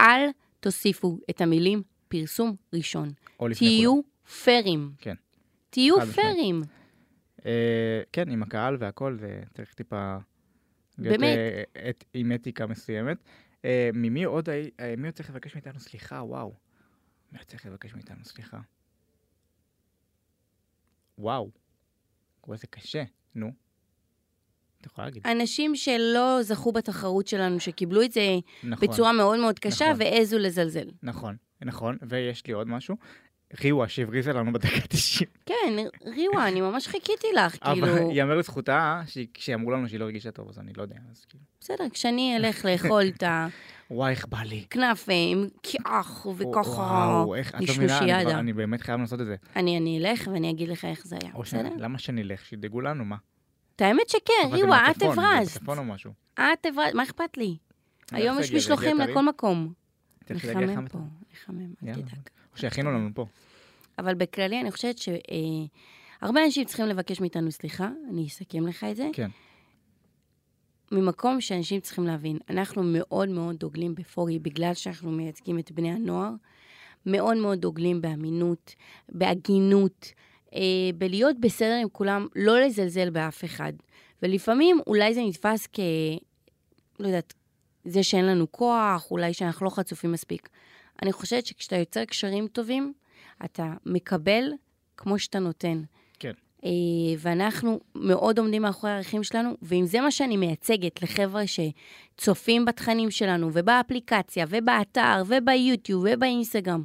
[SPEAKER 2] אל תוסיפו את המילים פרסום ראשון.
[SPEAKER 1] או לפני כולם.
[SPEAKER 2] תהיו פיירים.
[SPEAKER 1] כן.
[SPEAKER 2] תהיו
[SPEAKER 1] חד משמעית.
[SPEAKER 2] פיירים.
[SPEAKER 1] אה, כן, עם הקהל והכל, זה צריך טיפה... להיות,
[SPEAKER 2] באמת.
[SPEAKER 1] אה, את- עם אתיקה מסוימת. אה, ממי עוד... הי- אה, מי עוד צריך לבקש מאיתנו סליחה? וואו. מי עוד צריך לבקש מאיתנו סליחה? וואו. וואי, זה קשה. נו. את יכולה להגיד.
[SPEAKER 2] אנשים שלא זכו בתחרות שלנו, שקיבלו את זה
[SPEAKER 1] נכון.
[SPEAKER 2] בצורה מאוד מאוד קשה
[SPEAKER 1] נכון.
[SPEAKER 2] והעזו לזלזל.
[SPEAKER 1] נכון, נכון. ויש לי עוד משהו. ריווה שהבריזה לנו בדקה ה-90.
[SPEAKER 2] כן, ריווה, אני ממש חיכיתי לך,
[SPEAKER 1] אבל
[SPEAKER 2] כאילו,
[SPEAKER 1] ייאמר לזכותה, שהיא- כשאמרו לנו שהיא לא הרגישה טוב, אז אני לא יודע. אז כאילו,
[SPEAKER 2] בסדר, כשאני אלך לאכול את
[SPEAKER 1] וואי, איך בא לי.
[SPEAKER 2] הכנאפה עם כיאח וככה,
[SPEAKER 1] וואו, איך, את לא מבינה, אני כבר-
[SPEAKER 2] משלושיאדה.
[SPEAKER 1] אני באמת חייב לעשות את זה.
[SPEAKER 2] אני, אני אלך ואני אגיד לך איך זה היה,
[SPEAKER 1] או ש-
[SPEAKER 2] בסדר? כן,
[SPEAKER 1] למה שנלך? שידאגו לנו, מה?
[SPEAKER 2] את האמת שכן,
[SPEAKER 1] אבל זה
[SPEAKER 2] ריווה, את
[SPEAKER 1] מהצפון, זה
[SPEAKER 2] הברזת.
[SPEAKER 1] מהצפון או משהו.
[SPEAKER 2] את הברזת, מה אכפת לי? היום
[SPEAKER 1] איך זה הגיע? זה
[SPEAKER 2] יש
[SPEAKER 1] הגיע
[SPEAKER 2] משלוחים
[SPEAKER 1] טרי?
[SPEAKER 2] לכל מקום.
[SPEAKER 1] צריך להגיע
[SPEAKER 2] נחמם
[SPEAKER 1] חם
[SPEAKER 2] פה,
[SPEAKER 1] יותר.
[SPEAKER 2] נחמם, אל
[SPEAKER 1] יאללה.
[SPEAKER 2] תדאג.
[SPEAKER 1] או שיכינו לנו פה.
[SPEAKER 2] אבל בכללי, אני חושבת שהרבה אנשים צריכים לבקש מאיתנו סליחה, אני אסכם לך את זה.
[SPEAKER 1] כן.
[SPEAKER 2] ממקום שאנשים צריכים להבין, אנחנו מאוד מאוד דוגלים בפורי, בגלל שאנחנו מייצגים את בני הנוער, מאוד מאוד דוגלים באמינות, בהגינות, אה, בלהיות בסדר עם כולם, לא לזלזל באף אחד. ולפעמים אולי זה נתפס כ... לא יודעת, זה שאין לנו כוח, אולי שאנחנו לא חצופים מספיק. אני חושבת שכשאתה יוצר קשרים טובים, אתה מקבל כמו שאתה נותן.
[SPEAKER 1] כן.
[SPEAKER 2] אה, ואנחנו מאוד עומדים מאחורי הערכים שלנו, ואם זה מה שאני מייצגת לחבר'ה שצופים בתכנים שלנו, ובאפליקציה, ובאתר, וביוטיוב, ובאינסטגרם,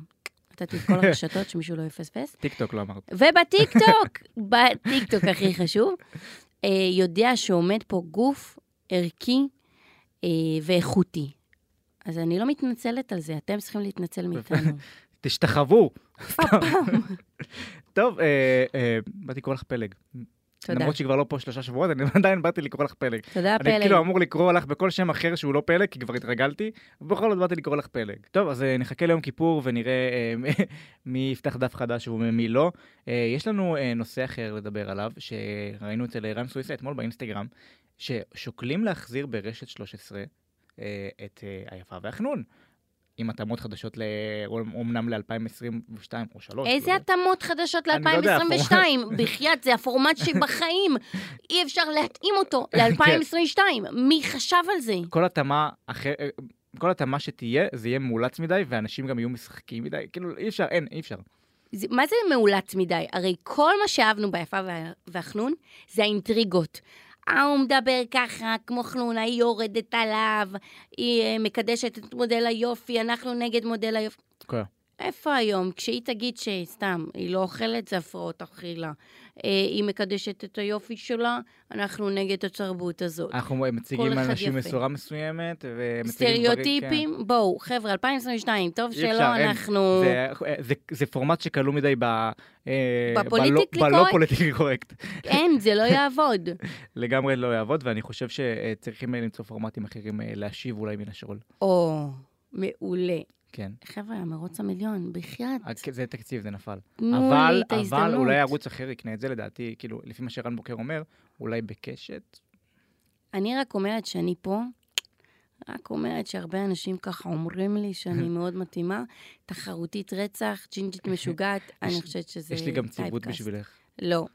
[SPEAKER 2] נתתי את
[SPEAKER 1] (laughs)
[SPEAKER 2] כל הרשתות שמישהו לא יפספס,
[SPEAKER 1] טיק טוק לא אמרת.
[SPEAKER 2] ובטיקטוק, (laughs) בטיקטוק הכי חשוב, אה, יודע שעומד פה גוף ערכי אה, ואיכותי. אז אני לא מתנצלת על זה, אתם צריכים
[SPEAKER 1] (laughs)
[SPEAKER 2] להתנצל מאיתנו.
[SPEAKER 1] תשתחוו! טוב, אה, אה, באתי לקרוא לך פלג.
[SPEAKER 2] תודה.
[SPEAKER 1] למרות שהיא כבר לא פה שלושה שבועות, אני עדיין באתי לקרוא לך פלג.
[SPEAKER 2] תודה,
[SPEAKER 1] אני
[SPEAKER 2] פלג.
[SPEAKER 1] כאילו אמור לקרוא לך בכל שם אחר שהוא לא פלג, כי כבר התרגלתי, ובכל זאת באתי לקרוא לך פלג. טוב, אז אה, נחכה ליום כיפור ונראה אה, (laughs) מ- מי יפתח דף חדש ומי לא. אה, יש לנו אה, נושא אחר לדבר עליו, שראינו אצל רן סויסה אתמול באינסטגרם, ששוקלים להחזיר ברשת 13 אה, את אה, היפה והחנון. עם התאמות חדשות, ל- אומנם ל-2022 או 3.
[SPEAKER 2] איזה התאמות חדשות
[SPEAKER 1] אני לא יודע,
[SPEAKER 2] ל-2022? (laughs) בחייאת, זה הפורמט שבחיים. אי אפשר להתאים אותו
[SPEAKER 1] (laughs) כן.
[SPEAKER 2] ל-2022. מי חשב על זה?
[SPEAKER 1] כל התאמה אחר... אה, כל התאמה שתהיה, זה יהיה מאולץ מדי, ואנשים גם יהיו משחקים מדי. כאילו, אי אפשר, אין, אי אפשר.
[SPEAKER 2] זה- מה זה מאולץ מדי? הרי כל מה שאהבנו ביפה וה- והחנון זה האינטריגות. ההוא מדבר ככה, כמו חנון, ההיא יורדת עליו, היא אה, מקדשת את מודל היופי, אנחנו נגד מודל היופי.
[SPEAKER 1] כן.
[SPEAKER 2] איפה היום? כשהיא תגיד שסתם, היא לא אוכלת, זה הפרעות אכילה. אה, היא מקדשת את היופי שלה, אנחנו נגד התרבות הזאת.
[SPEAKER 1] אנחנו מציגים
[SPEAKER 2] אחד
[SPEAKER 1] אנשים
[SPEAKER 2] יפה.
[SPEAKER 1] בצורה מסוימת, ומציגים דברים-
[SPEAKER 2] סטריאוטיפים? בואו, חבר'ה, 2022, טוב
[SPEAKER 1] כן. אי אפשר,
[SPEAKER 2] שלא,
[SPEAKER 1] אין.
[SPEAKER 2] אנחנו...
[SPEAKER 1] זה, זה, זה פורמט שכלוא מדי ב... אה,
[SPEAKER 2] בפוליטיקלי
[SPEAKER 1] בלא, בלא
[SPEAKER 2] קורקט.
[SPEAKER 1] פוליטיקלי קורקט.
[SPEAKER 2] אין,
[SPEAKER 1] (laughs)
[SPEAKER 2] זה לא יעבוד.
[SPEAKER 1] לגמרי לא יעבוד, ואני חושב שצריכים אה, למצוא פורמטים אחרים אה, להשיב אולי מן השאול.
[SPEAKER 2] או, מעולה.
[SPEAKER 1] כן.
[SPEAKER 2] חבר'ה, המרוץ המיליון, בחייאת,
[SPEAKER 1] אה, כן, זה תקציב, זה נפל.
[SPEAKER 2] תנו לי
[SPEAKER 1] אבל,
[SPEAKER 2] את ההזדמנות.
[SPEAKER 1] אבל אולי ערוץ אחר יקנה את זה, לדעתי, כאילו, לפי מה שרן בוקר אומר, אולי בקשת.
[SPEAKER 2] אני רק אומרת שאני פה, רק אומרת שהרבה אנשים ככה אומרים לי
[SPEAKER 1] (laughs)
[SPEAKER 2] שאני מאוד מתאימה. תחרותית רצח, ג'ינג'ית משוגעת, אני חושבת שזה
[SPEAKER 1] (laughs) יש לי גם ציוות
[SPEAKER 2] טייפקאסט.
[SPEAKER 1] בשבילך. (laughs)
[SPEAKER 2] לא,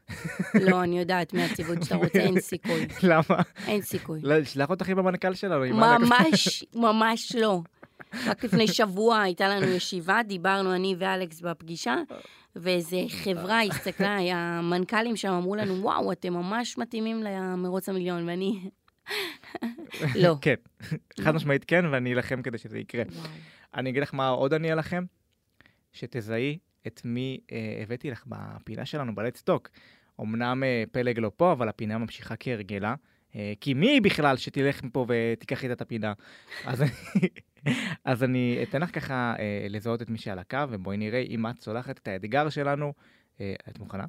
[SPEAKER 2] לא, אני יודעת מי הציוות שאתה רוצה, אין סיכוי, (laughs)
[SPEAKER 1] למה?
[SPEAKER 2] אין סיכוי.
[SPEAKER 1] לא, שלח אותך עם המנכ"ל שלנו. עם מענק-
[SPEAKER 2] ממש, (laughs) ממש לא. רק לפני שבוע הייתה לנו ישיבה, דיברנו אני ואלכס בפגישה, ואיזה חברה
[SPEAKER 1] (laughs)
[SPEAKER 2] הסתכלה, המנכ"לים שם אמרו לנו, וואו, אתם ממש מתאימים למרוץ המיליון, ואני... (laughs) לא.
[SPEAKER 1] (laughs) כן, חד משמעית כן, ואני אלחם כדי שזה יקרה.
[SPEAKER 2] וואו.
[SPEAKER 1] אני אגיד לך מה עוד אני אלחם, שתזהי את מי אה, הבאתי לך בפינה שלנו ב-let's talk. אמנם אה, פלג לא פה, אבל הפינה ממשיכה כהרגלה. אה, כי מי היא בכלל שתלך מפה ותיקח איתה את הפינה? אז, אני- (laughs) אז אני אתן לך ככה אה, לזהות את מי שעל הקו, ובואי נראה אם את צולחת את האתגר שלנו. אה, את מוכנה?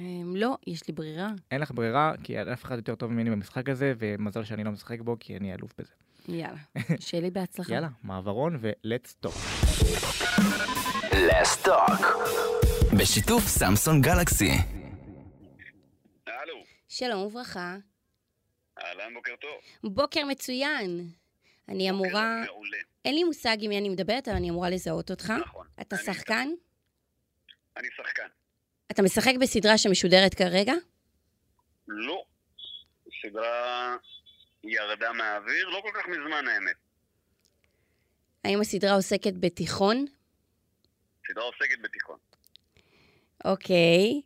[SPEAKER 2] אמ, לא, יש לי ברירה,
[SPEAKER 1] אין לך ברירה, כי אף אחד יותר טוב ממני במשחק הזה, ומזל שאני לא משחק בו, כי אני אלוף בזה.
[SPEAKER 2] יאללה. שיהיה לי בהצלחה.
[SPEAKER 1] יאללה, מעברון ו-let's talk.
[SPEAKER 3] בשיתוף סמסון גלקסי.
[SPEAKER 4] הלו,
[SPEAKER 2] שלום וברכה.
[SPEAKER 4] אהלן, בוקר טוב.
[SPEAKER 2] בוקר מצוין. אני אמורה,
[SPEAKER 4] בוקר מעולה,
[SPEAKER 2] אין לי מושג עם מי אני מדברת, אבל אני אמורה לזהות אותך.
[SPEAKER 4] נכון.
[SPEAKER 2] אתה
[SPEAKER 4] אני-
[SPEAKER 2] שחקן?
[SPEAKER 4] אני שחקן.
[SPEAKER 2] אתה משחק בסדרה שמשודרת כרגע?
[SPEAKER 4] לא. סדרה ירדה מהאוויר, לא כל כך מזמן האמת.
[SPEAKER 2] האם הסדרה עוסקת בתיכון?
[SPEAKER 4] סדרה עוסקת בתיכון.
[SPEAKER 2] אוקיי.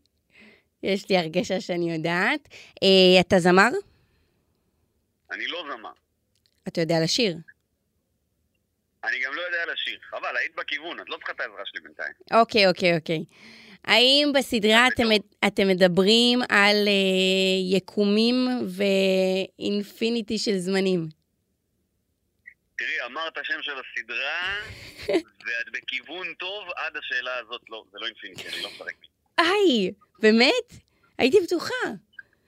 [SPEAKER 2] יש לי הרגשה שאני יודעת. אה, אתה זמר?
[SPEAKER 4] אני לא זמר.
[SPEAKER 2] אתה יודע לשיר.
[SPEAKER 4] אני גם לא יודע לשיר. חבל, היית בכיוון, את לא צריכה את העזרה שלי בינתיים.
[SPEAKER 2] אוקיי, אוקיי, אוקיי. האם
[SPEAKER 4] לא
[SPEAKER 2] בסדרה אתם, אתם מדברים על אה, יקומים ואינפיניטי של זמנים?
[SPEAKER 4] תראי, אמרת השם של
[SPEAKER 2] (laughs)
[SPEAKER 4] הסדרה, ואת בכיוון טוב עד השאלה הזאת לא. זה לא אינפיניטי, אני לא מפרק.
[SPEAKER 2] היי, באמת? הייתי בטוחה.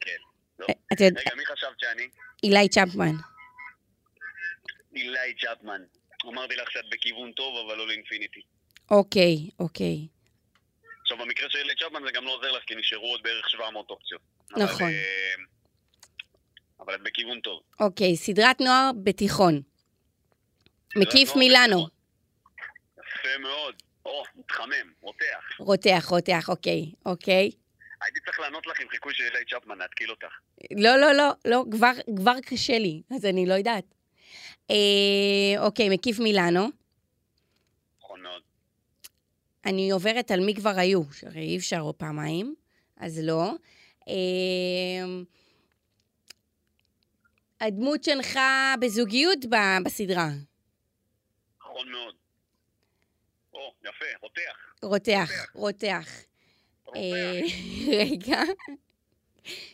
[SPEAKER 4] כן, לא.
[SPEAKER 2] אה, אתה יודע,
[SPEAKER 4] רגע, מי חשבת שאני?
[SPEAKER 2] אילי צ'פמן.
[SPEAKER 4] אילי צ'פמן. אמרתי לך שאת בכיוון טוב, אבל לא לאינפיניטי.
[SPEAKER 2] אוקיי, אוקיי.
[SPEAKER 4] עכשיו, במקרה של אלי צ'פמן זה גם לא עוזר לך, כי נשארו עוד בערך 700 אופציות. אבל,
[SPEAKER 2] נכון.
[SPEAKER 4] אה, אבל את בכיוון טוב.
[SPEAKER 2] אוקיי, סדרת נוער בתיכון. מקיף
[SPEAKER 4] נוער
[SPEAKER 2] מילאנו.
[SPEAKER 4] בתיכון. לא יפה מאוד. או, מתחמם, רותח.
[SPEAKER 2] רותח, רותח, אוקיי, אוקיי.
[SPEAKER 4] הייתי צריך לענות לך עם חיקוי של אלי צ'פמן, להתקיל אותך.
[SPEAKER 2] לא, לא, לא, לא, כבר, כבר קשה לי, אז אני לא יודעת. אה, אוקיי, מקיף מילאנו.
[SPEAKER 4] נכון מאוד.
[SPEAKER 2] אני עוברת על מי כבר היו, שהרי אי אפשר עוד פעמיים, אז לא. אה, הדמות שלך בזוגיות ב- בסדרה,
[SPEAKER 4] נכון מאוד. או, יפה, רותח.
[SPEAKER 2] רותח, רותח. אה,
[SPEAKER 4] רותח.
[SPEAKER 2] רגע.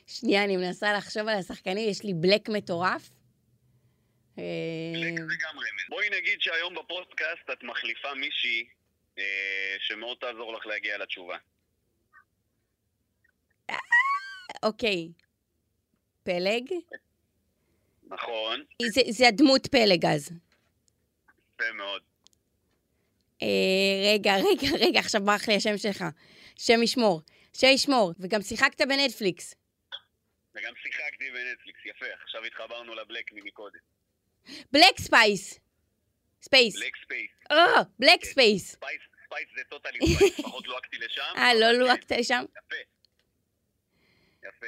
[SPEAKER 2] שנייה, אני מנסה לחשוב על השחקנים, יש לי בלק מטורף. אה,
[SPEAKER 4] בלק זה גם רמז. בואי נגיד שהיום בפודקאסט את מחליפה מישהי אה, שמאוד תעזור לך להגיע לתשובה.
[SPEAKER 2] אוקיי. פלג?
[SPEAKER 4] נכון,
[SPEAKER 2] זה, זה הדמות פלג אז.
[SPEAKER 4] יפה מאוד.
[SPEAKER 2] אה, רגע, (laughs) רגע, רגע, עכשיו ברח לי השם שלך. שם ישמור. שישמור. וגם שיחקת בנטפליקס.
[SPEAKER 4] וגם שיחקתי בנטפליקס, יפה, עכשיו התחברנו לבלק ממקודם.
[SPEAKER 2] בלק ספייס. ספייס.
[SPEAKER 4] בלק כן. ספייס,
[SPEAKER 2] אה, בלק ספייס.
[SPEAKER 4] ספייס, ספייס זה טוטלי
[SPEAKER 2] (laughs)
[SPEAKER 4] ספייס, פחות לוהקתי לשם.
[SPEAKER 2] אה, לא
[SPEAKER 4] אבל כן,
[SPEAKER 2] לוהקת לשם?
[SPEAKER 4] יפה. יפה.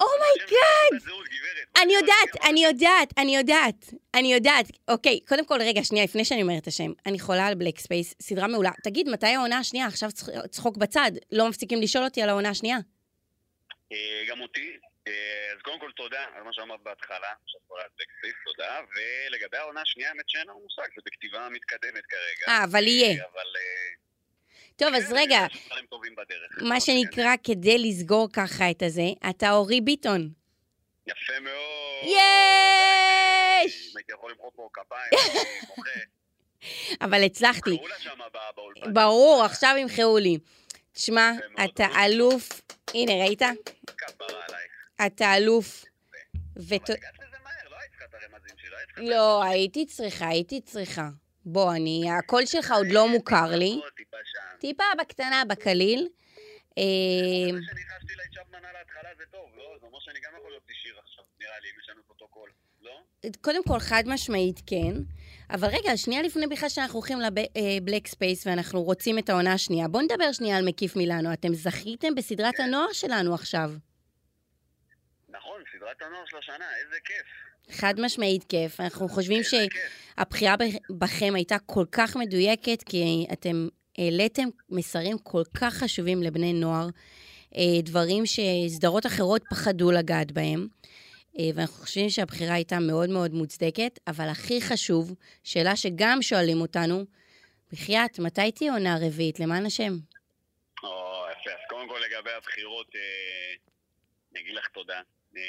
[SPEAKER 2] אומייגאד!
[SPEAKER 4] תעודת זהות, גברת.
[SPEAKER 2] Oh
[SPEAKER 4] לא
[SPEAKER 2] אני יודעת, אני יודעת, אני יודעת, אני יודעת. אוקיי, קודם כל, רגע, שנייה, לפני שאני אומרת את השם, אני חולה על בלק ספייס, סדרה מעולה. תגיד, מתי העונה השנייה? עכשיו צח- צחוק בצד, לא מפסיקים לשאול אותי על העונה השנייה.
[SPEAKER 4] אה, גם אותי. אה, אז קודם כל תודה על מה שאמרת בהתחלה, שאת קוראת בלק ספייס, תודה. ולגבי העונה השנייה, האמת שאין לנו מושג, זה בכתיבה מתקדמת כרגע.
[SPEAKER 2] אה, אבל יהיה.
[SPEAKER 4] אבל... אה,
[SPEAKER 2] טוב, אז
[SPEAKER 4] כן,
[SPEAKER 2] רגע,
[SPEAKER 4] יש דברים טובים בדרך.
[SPEAKER 2] מה שנקרא, כדי לסגור ככה את הזה, אתה אורי ביטון.
[SPEAKER 4] כן. יפה מאוד.
[SPEAKER 2] יש!
[SPEAKER 4] אם הייתי יכול למחוא פה
[SPEAKER 2] (laughs)
[SPEAKER 4] כפיים, אני מוחה.
[SPEAKER 2] אבל הצלחתי.
[SPEAKER 4] קראו לה שמה בא- באולפן.
[SPEAKER 2] ברור, עכשיו ימחאו לי. תשמע,
[SPEAKER 4] יפה מאוד,
[SPEAKER 2] אתה
[SPEAKER 4] אורי.
[SPEAKER 2] אלוף. הנה, ראית?
[SPEAKER 4] כפרה עלייך.
[SPEAKER 2] אתה אלוף. ות...
[SPEAKER 4] אבל הגעת לזה מהר, לא היית צריכה את הרמזים שלי, לא היית צריכה את
[SPEAKER 2] לא, הייתי צריכה, הייתי צריכה. בוא, אני, הקול שלך עוד
[SPEAKER 4] אה,
[SPEAKER 2] לא מוכר לי.
[SPEAKER 4] פה טיפה שם.
[SPEAKER 2] טיפה בקטנה, בקליל. אה,
[SPEAKER 4] זה שאני חשתי לייצ'אפמן על ההתחלה זה טוב, לא? זה אומר שאני גם יכול להיות אישיר עכשיו, נראה לי, אם יש לנו את אותו קול, לא?
[SPEAKER 2] קודם כל, חד משמעית כן, אבל רגע, שנייה לפני בכלל שאנחנו הולכים לבלק ספייס ואנחנו רוצים את העונה השנייה, בואו נדבר שנייה על מקיף מילאנו. אתם זכיתם בסדרת הנוער שלנו עכשיו.
[SPEAKER 4] נכון, סדרת הנוער של השנה, איזה כיף.
[SPEAKER 2] חד משמעית כיף. אנחנו חושבים
[SPEAKER 4] איזה
[SPEAKER 2] ש...
[SPEAKER 4] כיף.
[SPEAKER 2] הבחירה בכ- בכם הייתה כל כך מדויקת, כי אתם העליתם מסרים כל כך חשובים לבני נוער, אה, דברים שסדרות אחרות פחדו לגעת בהם, אה, ואנחנו חושבים שהבחירה הייתה מאוד מאוד מוצדקת, אבל הכי חשוב, שאלה שגם שואלים אותנו, בחייאת, מתי תהיה עונה רביעית? למען השם.
[SPEAKER 4] או, יפה. אז קודם כל לגבי הבחירות, אה, אני אגיד לך תודה. אה,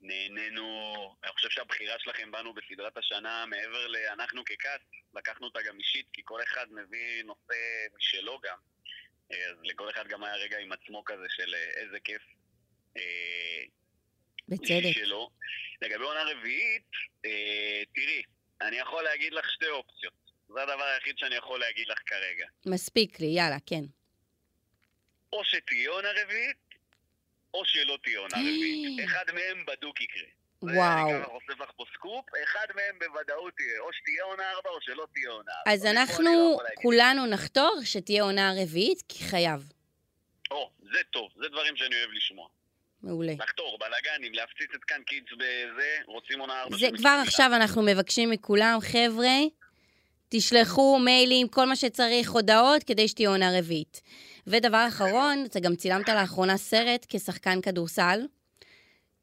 [SPEAKER 4] נהנינו, אני חושב שהבחירה שלכם בנו בסדרת השנה, מעבר לאנחנו ככת, לקחנו אותה גם אישית, כי כל אחד מביא נושא משלו גם. אה, אז לכל אחד גם היה רגע עם עצמו כזה של אה, איזה כיף. אה,
[SPEAKER 2] בצדק.
[SPEAKER 4] שלו. לגבי עונה רביעית, אה, תראי, אני יכול להגיד לך שתי אופציות. זה הדבר היחיד שאני יכול להגיד לך כרגע.
[SPEAKER 2] מספיק לי, יאללה, כן.
[SPEAKER 4] או שתהיה עונה רביעית, או שלא תהיה עונה רביעית. אחד מהם בדוק יקרה. זה
[SPEAKER 2] וואו.
[SPEAKER 4] אני ככה חושף לך פה סקופ, אחד מהם בוודאות תהיה, או שתהיה עונה ארבע או שלא תהיה עונה ארבע.
[SPEAKER 2] אז
[SPEAKER 4] מפה אני לא
[SPEAKER 2] אנחנו
[SPEAKER 4] יכול להגיד.
[SPEAKER 2] כולנו נחתור שתהיה עונה רביעית, כי חייב.
[SPEAKER 4] או, זה טוב, זה דברים שאני אוהב לשמוע.
[SPEAKER 2] מעולה.
[SPEAKER 4] לחתור, בלאגנים, להפציץ את כאן קידס בזה, רוצים עונה ארבע.
[SPEAKER 2] זה
[SPEAKER 4] של
[SPEAKER 2] כבר
[SPEAKER 4] מכבי.
[SPEAKER 2] עכשיו אנחנו מבקשים מכולם, חבר'ה, תשלחו מיילים, כל מה שצריך, הודעות, כדי שתהיה עונה רביעית. ודבר אחרון, אתה גם צילמת לאחרונה סרט כשחקן
[SPEAKER 4] אה,
[SPEAKER 2] כדורסל.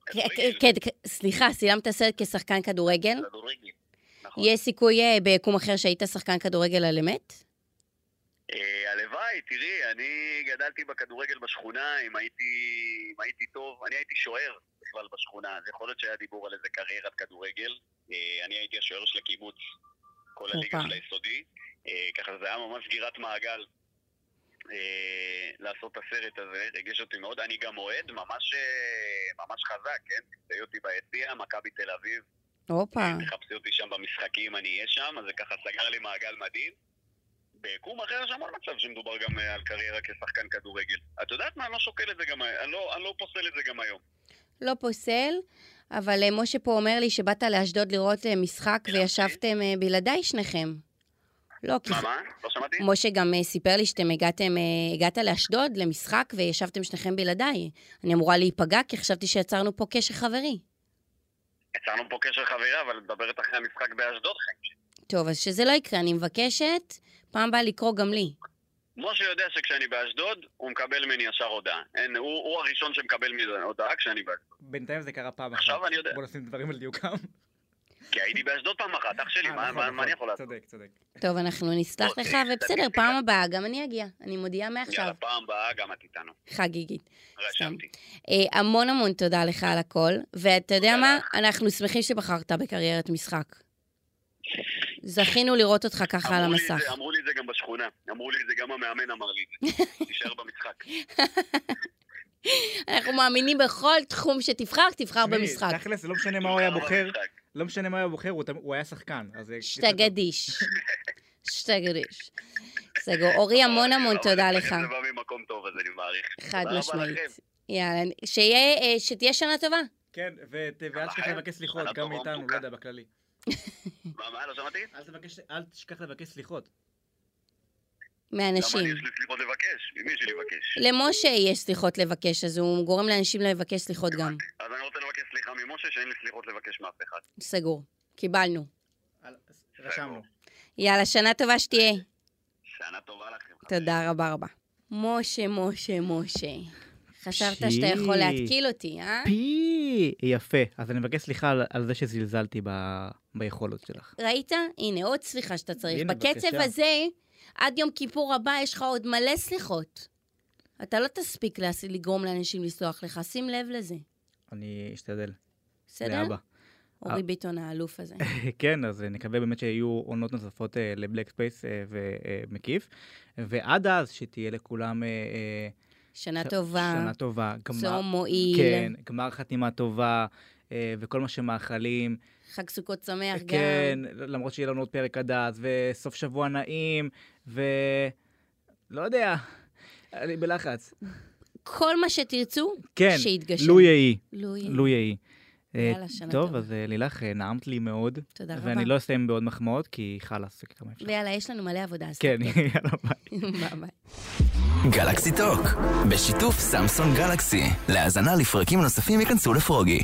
[SPEAKER 4] כדורגל.
[SPEAKER 2] כן, כ- סליחה, צילמת סרט כשחקן כדורגל.
[SPEAKER 4] כדורגל. נכון.
[SPEAKER 2] יש סיכוי אה, ביקום אחר שהיית שחקן כדורגל על אמת?
[SPEAKER 4] אה, הלוואי, תראי, אני גדלתי בכדורגל בשכונה, אם הייתי, אם הייתי טוב, אני הייתי שוער בכלל בשכונה, אז יכול להיות שהיה דיבור על איזה קריירת כדורגל. אה, אני הייתי השוער של הקיבוץ, כל הליגה
[SPEAKER 2] הופה.
[SPEAKER 4] של היסודי, אה, ככה זה היה ממש סגירת מעגל. אה, לעשות את הסרט הזה, ריגש אותי מאוד. אני גם אוהד ממש, אה, ממש חזק, כן? תמצאי אותי ביציע, מכבי תל אביב,
[SPEAKER 2] הופה,
[SPEAKER 4] תחפשי אותי שם במשחקים, אני אהיה שם, אז זה ככה סגר לי מעגל מדהים. ביקום אחר יש המון מצב שמדובר גם אה, על קריירה כשחקן כדורגל. את יודעת מה? אני לא שוקל את זה גם, אני לא, אני לא פוסל את זה גם היום.
[SPEAKER 2] לא פוסל, אבל אה, משה פה אומר לי שבאת לאשדוד לראות אה, משחק
[SPEAKER 4] כן,
[SPEAKER 2] וישבתם אה, בלעדיי שניכם. לא, כי
[SPEAKER 4] אוקיי. מה, מה? לא שמעתי?
[SPEAKER 2] משה גם אה, סיפר לי שאתם הגעתם, אה, הגעת לאשדוד למשחק וישבתם שניכם בלעדיי. אני אמורה להיפגע כי חשבתי שיצרנו פה קשר חברי.
[SPEAKER 4] יצרנו פה קשר חברה, אבל את מדברת אחרי המשחק באשדוד, חיים.
[SPEAKER 2] טוב, אז שזה לא יקרה, אני מבקשת, פעם באה לקרוא גם לי.
[SPEAKER 4] משה יודע שכשאני באשדוד, הוא מקבל ממני ישר הודעה. אין, הוא, הוא הראשון שמקבל ממני הודעה כשאני באשדוד.
[SPEAKER 1] בינתיים זה קרה פעם אחת.
[SPEAKER 4] עכשיו אני יודע.
[SPEAKER 1] בוא נשים דברים על דיוקם.
[SPEAKER 4] כי הייתי באשדוד פעם אחת, אח שלי,
[SPEAKER 1] אה,
[SPEAKER 4] מה,
[SPEAKER 1] נכון,
[SPEAKER 4] מה, מה
[SPEAKER 1] נכון.
[SPEAKER 4] אני יכול לעשות?
[SPEAKER 1] צודק, צודק.
[SPEAKER 2] טוב, אנחנו נסלח
[SPEAKER 4] אוקיי,
[SPEAKER 2] לך, ובסדר,
[SPEAKER 4] סטטיסטיקה.
[SPEAKER 2] פעם הבאה גם אני אגיע. אני מודיעה מעכשיו.
[SPEAKER 4] יאללה, פעם הבאה גם את איתנו.
[SPEAKER 2] חגיגית. סתם.
[SPEAKER 4] רשמתי.
[SPEAKER 2] אה, המון המון תודה לך על הכל, ואתה יודע מה? אנחנו שמחים שבחרת בקריירת משחק. זכינו לראות אותך ככה על
[SPEAKER 4] כן. אמרו לי את
[SPEAKER 2] המסך.
[SPEAKER 4] זה- אמרו לי את זה
[SPEAKER 2] (laughs)
[SPEAKER 4] גם בשכונה. אמרו לי את זה, גם המאמן אמר לי את זה. תישאר במשחק.
[SPEAKER 2] אנחנו מאמינים בכל תחום שתבחר, תבחר
[SPEAKER 1] תשמעי,
[SPEAKER 2] במשחק.
[SPEAKER 1] תכלס, זה לא משנה (laughs) מה הוא היה בוחר,
[SPEAKER 4] במשחק.
[SPEAKER 1] לא משנה מה הוא היה בוחר, הוא תמ- הוא היה שחקן. אז אה, זה-
[SPEAKER 2] שתגדיש. שתגדיש. סגור. אורי, המון המון
[SPEAKER 4] אבל
[SPEAKER 2] תודה
[SPEAKER 4] אני
[SPEAKER 2] לך.
[SPEAKER 4] חושב שזה בא ממקום טוב, אז אני מעריך.
[SPEAKER 2] חד
[SPEAKER 4] תודה רבה
[SPEAKER 2] משמעית.
[SPEAKER 4] לכם.
[SPEAKER 2] יאללה, שיהיה, אה, שתהיה שנה טובה.
[SPEAKER 1] כן, ו- ת- ואל תשכח
[SPEAKER 4] בחיים.
[SPEAKER 1] לבקש סליחות,
[SPEAKER 4] על
[SPEAKER 1] גם
[SPEAKER 4] הדרום
[SPEAKER 1] מאיתנו,
[SPEAKER 4] מוכה.
[SPEAKER 1] לא יודע, בכללי.
[SPEAKER 2] כן.
[SPEAKER 4] מה, מה, לא שמעתי?
[SPEAKER 1] אל תבקש- אל תשכח לבקש סליחות.
[SPEAKER 4] למה
[SPEAKER 2] מאנשים.
[SPEAKER 4] אני יש לי סליחות לבקש? ממי יש
[SPEAKER 2] (laughs)
[SPEAKER 4] לי לבקש?
[SPEAKER 2] למשה יש סליחות לבקש, אז הוא גורם לאנשים לבקש סליחות גם.
[SPEAKER 4] אז אני רוצה לבקש סליחה ממשה שאין לי סליחות לבקש מאף אחד.
[SPEAKER 2] סגור. קיבלנו.
[SPEAKER 1] אל-
[SPEAKER 4] אה,
[SPEAKER 1] רשמנו.
[SPEAKER 2] יאללה, שנה טובה שתהיה.
[SPEAKER 4] שנה טובה לכם. חברים.
[SPEAKER 2] תודה רבה רבה. משה, משה, משה. חשבת שאתה יכול
[SPEAKER 1] פשי.
[SPEAKER 2] להתקיל אותי, אה?
[SPEAKER 1] פי! יפה. אז אני מבקש סליחה על- על זה שזלזלתי ב- ביכולות שלך.
[SPEAKER 2] ראית? הנה, עוד סליחה שאתה צריך.
[SPEAKER 1] הנה,
[SPEAKER 2] בקצב
[SPEAKER 1] בבקשה.
[SPEAKER 2] הזה, עד יום כיפור הבא יש לך עוד מלא סליחות. אתה לא תספיק להס- לגרום לאנשים לסלוח לך, שים לב לזה,
[SPEAKER 1] אני אשתדל.
[SPEAKER 2] בסדר?
[SPEAKER 1] לאבא. אה.
[SPEAKER 2] אורי ביטון
[SPEAKER 1] (laughs)
[SPEAKER 2] האלוף הזה.
[SPEAKER 1] כן, אז אה, נקווה באמת שיהיו עונות נוספות אה, לבלק ספייס אה, ומקיף. ועד אז שתהיה לכולם... אה, אה,
[SPEAKER 2] שנה
[SPEAKER 1] ש-
[SPEAKER 2] טובה,
[SPEAKER 1] שנה טובה. גמר-
[SPEAKER 2] צום מועיל,
[SPEAKER 1] כן, גמר חתימה טובה, אה, וכל מה שמאחלים.
[SPEAKER 2] חג סוכות שמח גם.
[SPEAKER 1] כן, למרות שיהיה לנו עוד פרק עד אז, וסוף שבוע נעים, ו... לא יודע, אני בלחץ.
[SPEAKER 2] כל מה שתרצו,
[SPEAKER 1] כן,
[SPEAKER 2] שיתגשם.
[SPEAKER 1] לו יהי,
[SPEAKER 2] לואי.
[SPEAKER 1] לו יהי. אה,
[SPEAKER 2] יאללה, שנה
[SPEAKER 1] טוב,
[SPEAKER 2] טובה.
[SPEAKER 1] אז אה, לילך, אה, נעמת לי מאוד,
[SPEAKER 2] תודה רבה.
[SPEAKER 1] ואני לא אסיים בעוד מחמאות, כי חלאס, כמה אפשר.
[SPEAKER 2] ויאללה, יש לנו מלא עבודה, אז...
[SPEAKER 1] כן, (laughs) יאללה, ביי.
[SPEAKER 2] ביי ביי.
[SPEAKER 3] גלקסי טוק, בשיתוף סמסון גלקסי. להאזנה לפרקים נוספים ייכנסו לפרוגי.